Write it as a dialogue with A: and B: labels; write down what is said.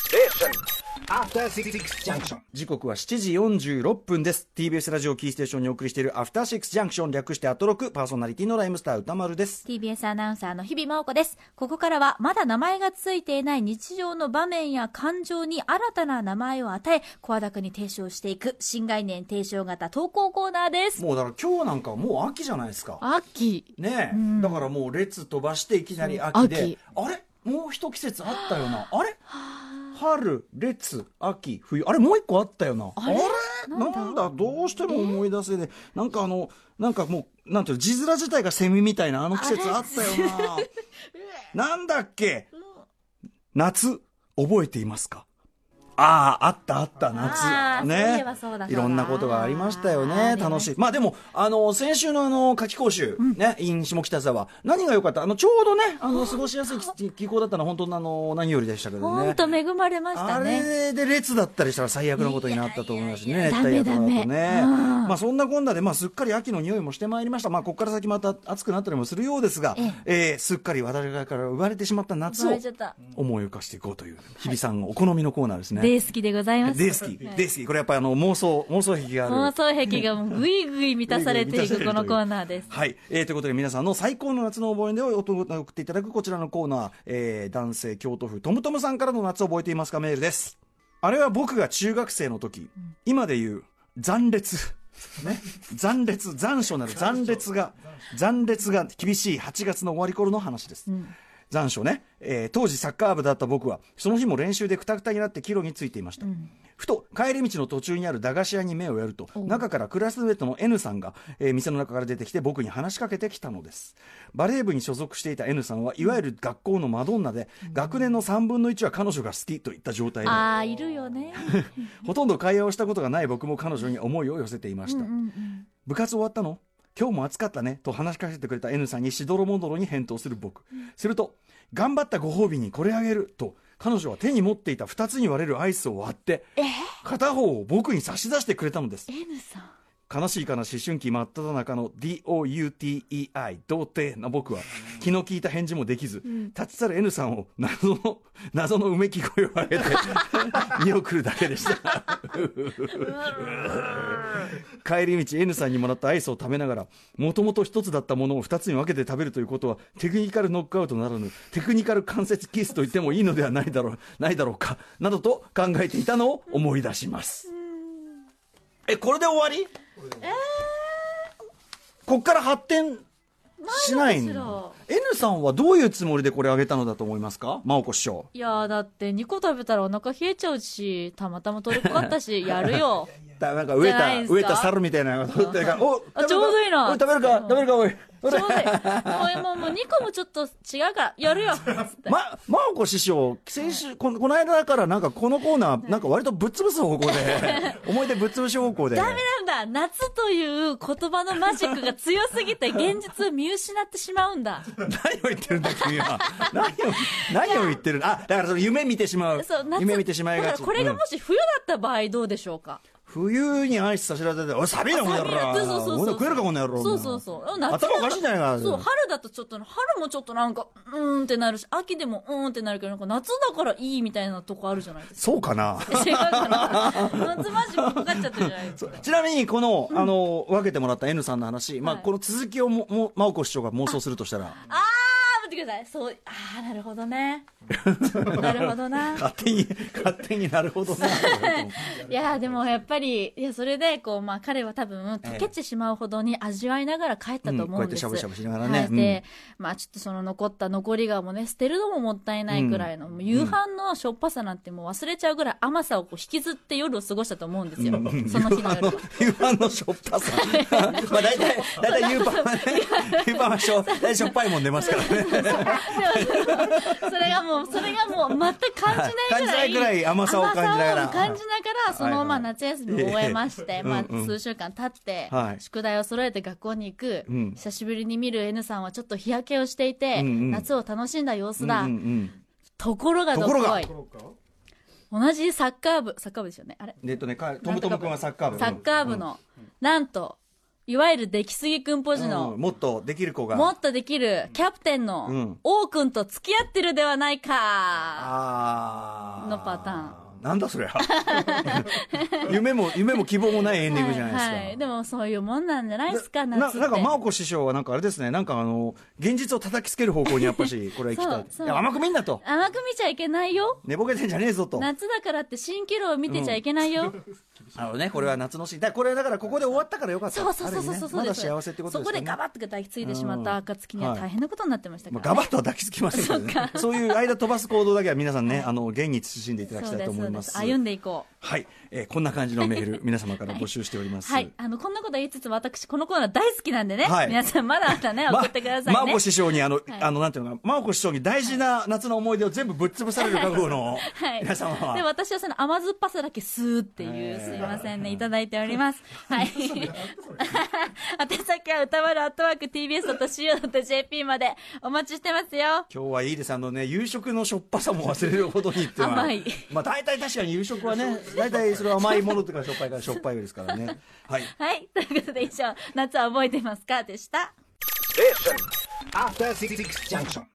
A: Station.
B: 時刻は7時46分です TBS ラジオキーステーションにお送りしているアフターシックスジャンクション略してアトロクパーソナリティのライムスター歌丸です
C: TBS アナウンサーの日々真央子です。ここからは、まだ名前がついていない日常の場面や感情に新たな名前を与え、声高に提唱していく、新概念提唱型投稿コーナーです。
B: もうだから今日なんかはもう秋じゃないですか
D: 秋
B: ねえ、
C: ん
B: だからもう列飛ばしていきなり秋で
D: 秋
B: あれもう一季節あったよなあれ春列秋冬あれもう一個あったよなあれなんだどうしても思い出せねえなんかあのなんかもうなんていうの字面自体がセミみたいなあの季節あったよ ななんだっけ夏覚えていますかあああったあった
C: あ
B: 夏
C: ーそういえばそうだそうだ
B: いろんなことがありましたよ
C: あーあ
B: ね
C: るね
B: 楽しいまあでも、あの、先週のあの、夏季講習、ね、in 下北沢、何が良かったあの、ちょうどね、あの、過ごしやすい気気候だったのは本当にあの、何よりでしたけどね。
C: ほんと恵まれました
B: あ
C: ね。
B: れで列だったりしたら最悪なことになったと思いますしね、
C: い
B: 熱
C: やいやい
B: 帯
C: や
B: 夜とかだと
C: ダメ
B: ね。
C: ダメうん
B: まあそんなこんなで、まあすっかり秋の匂いもしてまいりました。まあここから先また暑くなったりもするようですが、え
C: え
B: ーすっかり私から生まれてしまった夏
C: バ
B: を
C: レちゃった。
B: 思い浮かしていこうという、日比さんのお好みのコーナーですね。
C: 大好きでございます。
B: デイスキー、デイスキー、これやっぱりあの妄想、妄想癖がある。
C: 妄想癖がもうぐいぐい満たされて
B: ぐ
C: い
B: いぐ
C: く
B: い満たされている
C: このコーナーです。
B: はい、えーということで皆さんの最高の夏の思い出をお送っていただくこちらのコーナー、えー男性京都府トムトムさんからの夏覚えていますかメールですあれは僕が中学生の時、今で言う残烈ね、残烈残暑なる残烈が残烈が厳しい8月の終わり頃の話です、残暑ね、えー当時サッカー部だった僕はその日も練習でくたくたになって帰路についていました、ふと帰り道の途中にある駄菓子屋に目をやると中からクラスメートの N さんが、えー店の中から出てきて僕に話しかけてきたのですバレー部に所属していた N さんはいわゆる学校のマドンナで、学年の3分の1は彼女が好きといった状態で
C: ああ、いるよね。
B: ほとんど会話をしたことがない僕も彼女に思いを寄せていました、部活終わったの今日も暑かったねと話しかけてくれた N さんにしどろもどろに返答する僕、すると頑張ったご褒美にこれあげると彼女は手に持っていた2つに割れるアイスを割って片方を僕に差し出してくれたのです
C: N さん。
B: 悲しいかな思春期真っ只中の DOUTEI 童貞な僕は気の利いた返事もできず、立ち去る N さんを謎の謎のうめき声を上げて見送るだけでした帰り道 N さんにもらったアイスを食べながらもともと一つだったものを二つに分けて食べるということはテクニカルノックアウトならぬテクニカル関節キスと言ってもいいのではないだろうないだろうかなどと考えていたのを思い出しますえこれで終わりこっから発展しない
C: ない
B: の
C: の
B: N さんはどういうつもりでこれあげたのだと思いますか真央子師匠
C: いやーだって2個食べたらお腹冷えちゃうし、たまたま取れっかったし、やるよ。
B: だなんか飢え
C: じゃな
B: た
C: いんすか
B: 飢えた猿みたいなのが取ってるからお食べるか
C: ちょうどいいな
B: お食べるか食べるかおい
C: ちょうどいい。おいもうもう2個もちょっと違うから、やるよ。つって
B: ま、真央子師匠、先週、このこの間だから、なんかこのコーナー、なんか割とぶっ潰す方向で、 思い出ぶっ潰し方向で。
C: ダメなんだ夏という言葉のマジックが強すぎて現実を見失ってしまうんだ。
B: 何を言ってるんだ、君は。何を、何を言ってるあ、だからその夢見てしまう。
C: そう、夏。
B: 夢見てしまいが
C: だ
B: ち。
C: からこれが
B: うん
C: もし冬だった場合どうでしょうか、
B: 冬にアイス差し出されて、おい、寒いな、この野郎。
C: そうそうそう
B: こ
C: そう
B: んな食えるか、この野郎。
C: そうそうそう夏
B: 頭おかしいんじゃないかな
C: そう春だとちょっと春もちょっとなんかうーんってなるし秋でもうーんってなるけどなんか夏だからいいみたいなとこあるじゃないです
B: そうかな。
C: か違うかな夏マジックかかっちゃってるじゃないですか
B: ちなみに、この、あの、分けてもらった N さんの話、まあ、
C: はい
B: この続きをも、も、真央子師匠が妄想するとしたら、
C: あー待ってくださいそうああなるほどねなるほどな
B: 勝手に、勝手になるほどな。
C: いやーでもやっぱりいやそれでこう、まあ、彼は多分溶けてしまうほどに味わいながら帰ったと
B: う
C: 思うんです、
B: んこうやってしゃぶしゃぶしながらね
C: はいで、まあちょっとその残った残りがもうね捨てるのももったいないくらいの、もう夕飯のしょっぱさなんてもう忘れちゃうぐらい甘さをこう引きずって夜を過ごしたと思うんですよ、その日の夜。
B: 夕飯のしょっぱ さ。まあ大体、大体夕飯はね、夕飯はしょ、大体しょっぱいもん出ますからね。
C: それがもう、それがもう全く感じないぐら
B: はい感じない
C: い。
B: ぐらい甘さを感じながら
C: 甘さを感じながらそ
B: はいは
C: の
B: い
C: まあ夏休みを終えまし
B: ええ
C: て、まあ
B: うんうん
C: 数週間経って
B: はい、
C: 宿題を揃えて学校に行く
B: ん、
C: 久しぶりに見る N さんはちょっと日焼けをしていて、
B: うんうん
C: 夏を楽しんだ様子
B: う
C: だ
B: ん。うん
C: ところがどっ
B: とこ
C: こい
B: ろ。
C: 同じサッカー部、サッカー部ですよね。あれ
B: でえっとね、かトムトム君はサッカー部。
C: サッカー部の、なんと、いわゆる出来すぎくんポジ
B: う
C: の
B: ん、もっとできる子が
C: もっとできるキャプテン
B: う
C: の
B: ん
C: 王くんと付き合ってるではないか。
B: あー
C: のパタ
B: ーンなんだそりゃ 夢も夢も希望もないエンディングじゃないですか、
C: はいはい、でもそういうもんなんじゃないですか、
B: な
C: 夏って。
B: なんか真央子師匠はなんかあれですねなんかあの現実を叩きつける方向にやっぱしこれは行きた
C: そうそ
B: いういや甘く見んなと
C: 甘く見ちゃいけないよ。
B: 寝ぼけてんじゃねえぞと
C: 夏だからって蜃気楼を見てちゃいけないよ。
B: あのねこれは夏のシーンだからこれはだからここで終わったからよかった
C: そうそうそうそ
B: あ
C: う
B: る意
C: そ
B: 味ね
C: うそう
B: ま
C: で
B: だ
C: す、
B: 幸せってことです
C: そこ
B: よ
C: で
B: ね
C: ガバッと抱きついてしまった暁には
B: はい
C: 大変なことになってましたか
B: まあ、
C: ら、
B: ガ
C: ね
B: バッとは抱きつきませんけど ねそういう間飛ばす行動だけは皆さんね、あの現に慎んでいただき
C: そう
B: たいと
C: で
B: 思
C: す
B: い
C: そ
B: うま
C: ですす歩んでいこう
B: はい、えーこんな感じのメール皆様から募集しております、
C: はいあのこんなこと言いつつ私このコーナー大好きなんでね、
B: はい
C: 皆さんまだまだね
B: ま
C: 送ってくださいね、
B: 真央子師匠にあの、
C: はい
B: あのなんていうのかな真央子師匠に大事な夏の思い出を全部ぶっ潰される覚悟の
C: はい、
B: 皆様は、
C: で私はその甘酸っぱさだけスーっていう、
B: えー
C: すいませんねいただいておりますはい宛先は歌丸アットワーク TBS.CO.JP までお待ちしてますよ
B: 今日はいいですあのね夕食のしょっぱさも忘れるほどにってうのは
C: 甘い
B: まあ大体確かに夕食はね大体それは甘いものとかしょっぱいからしょっぱいですからねはい
C: はいということで以上夏は覚えてますかでした
A: After Six Junction.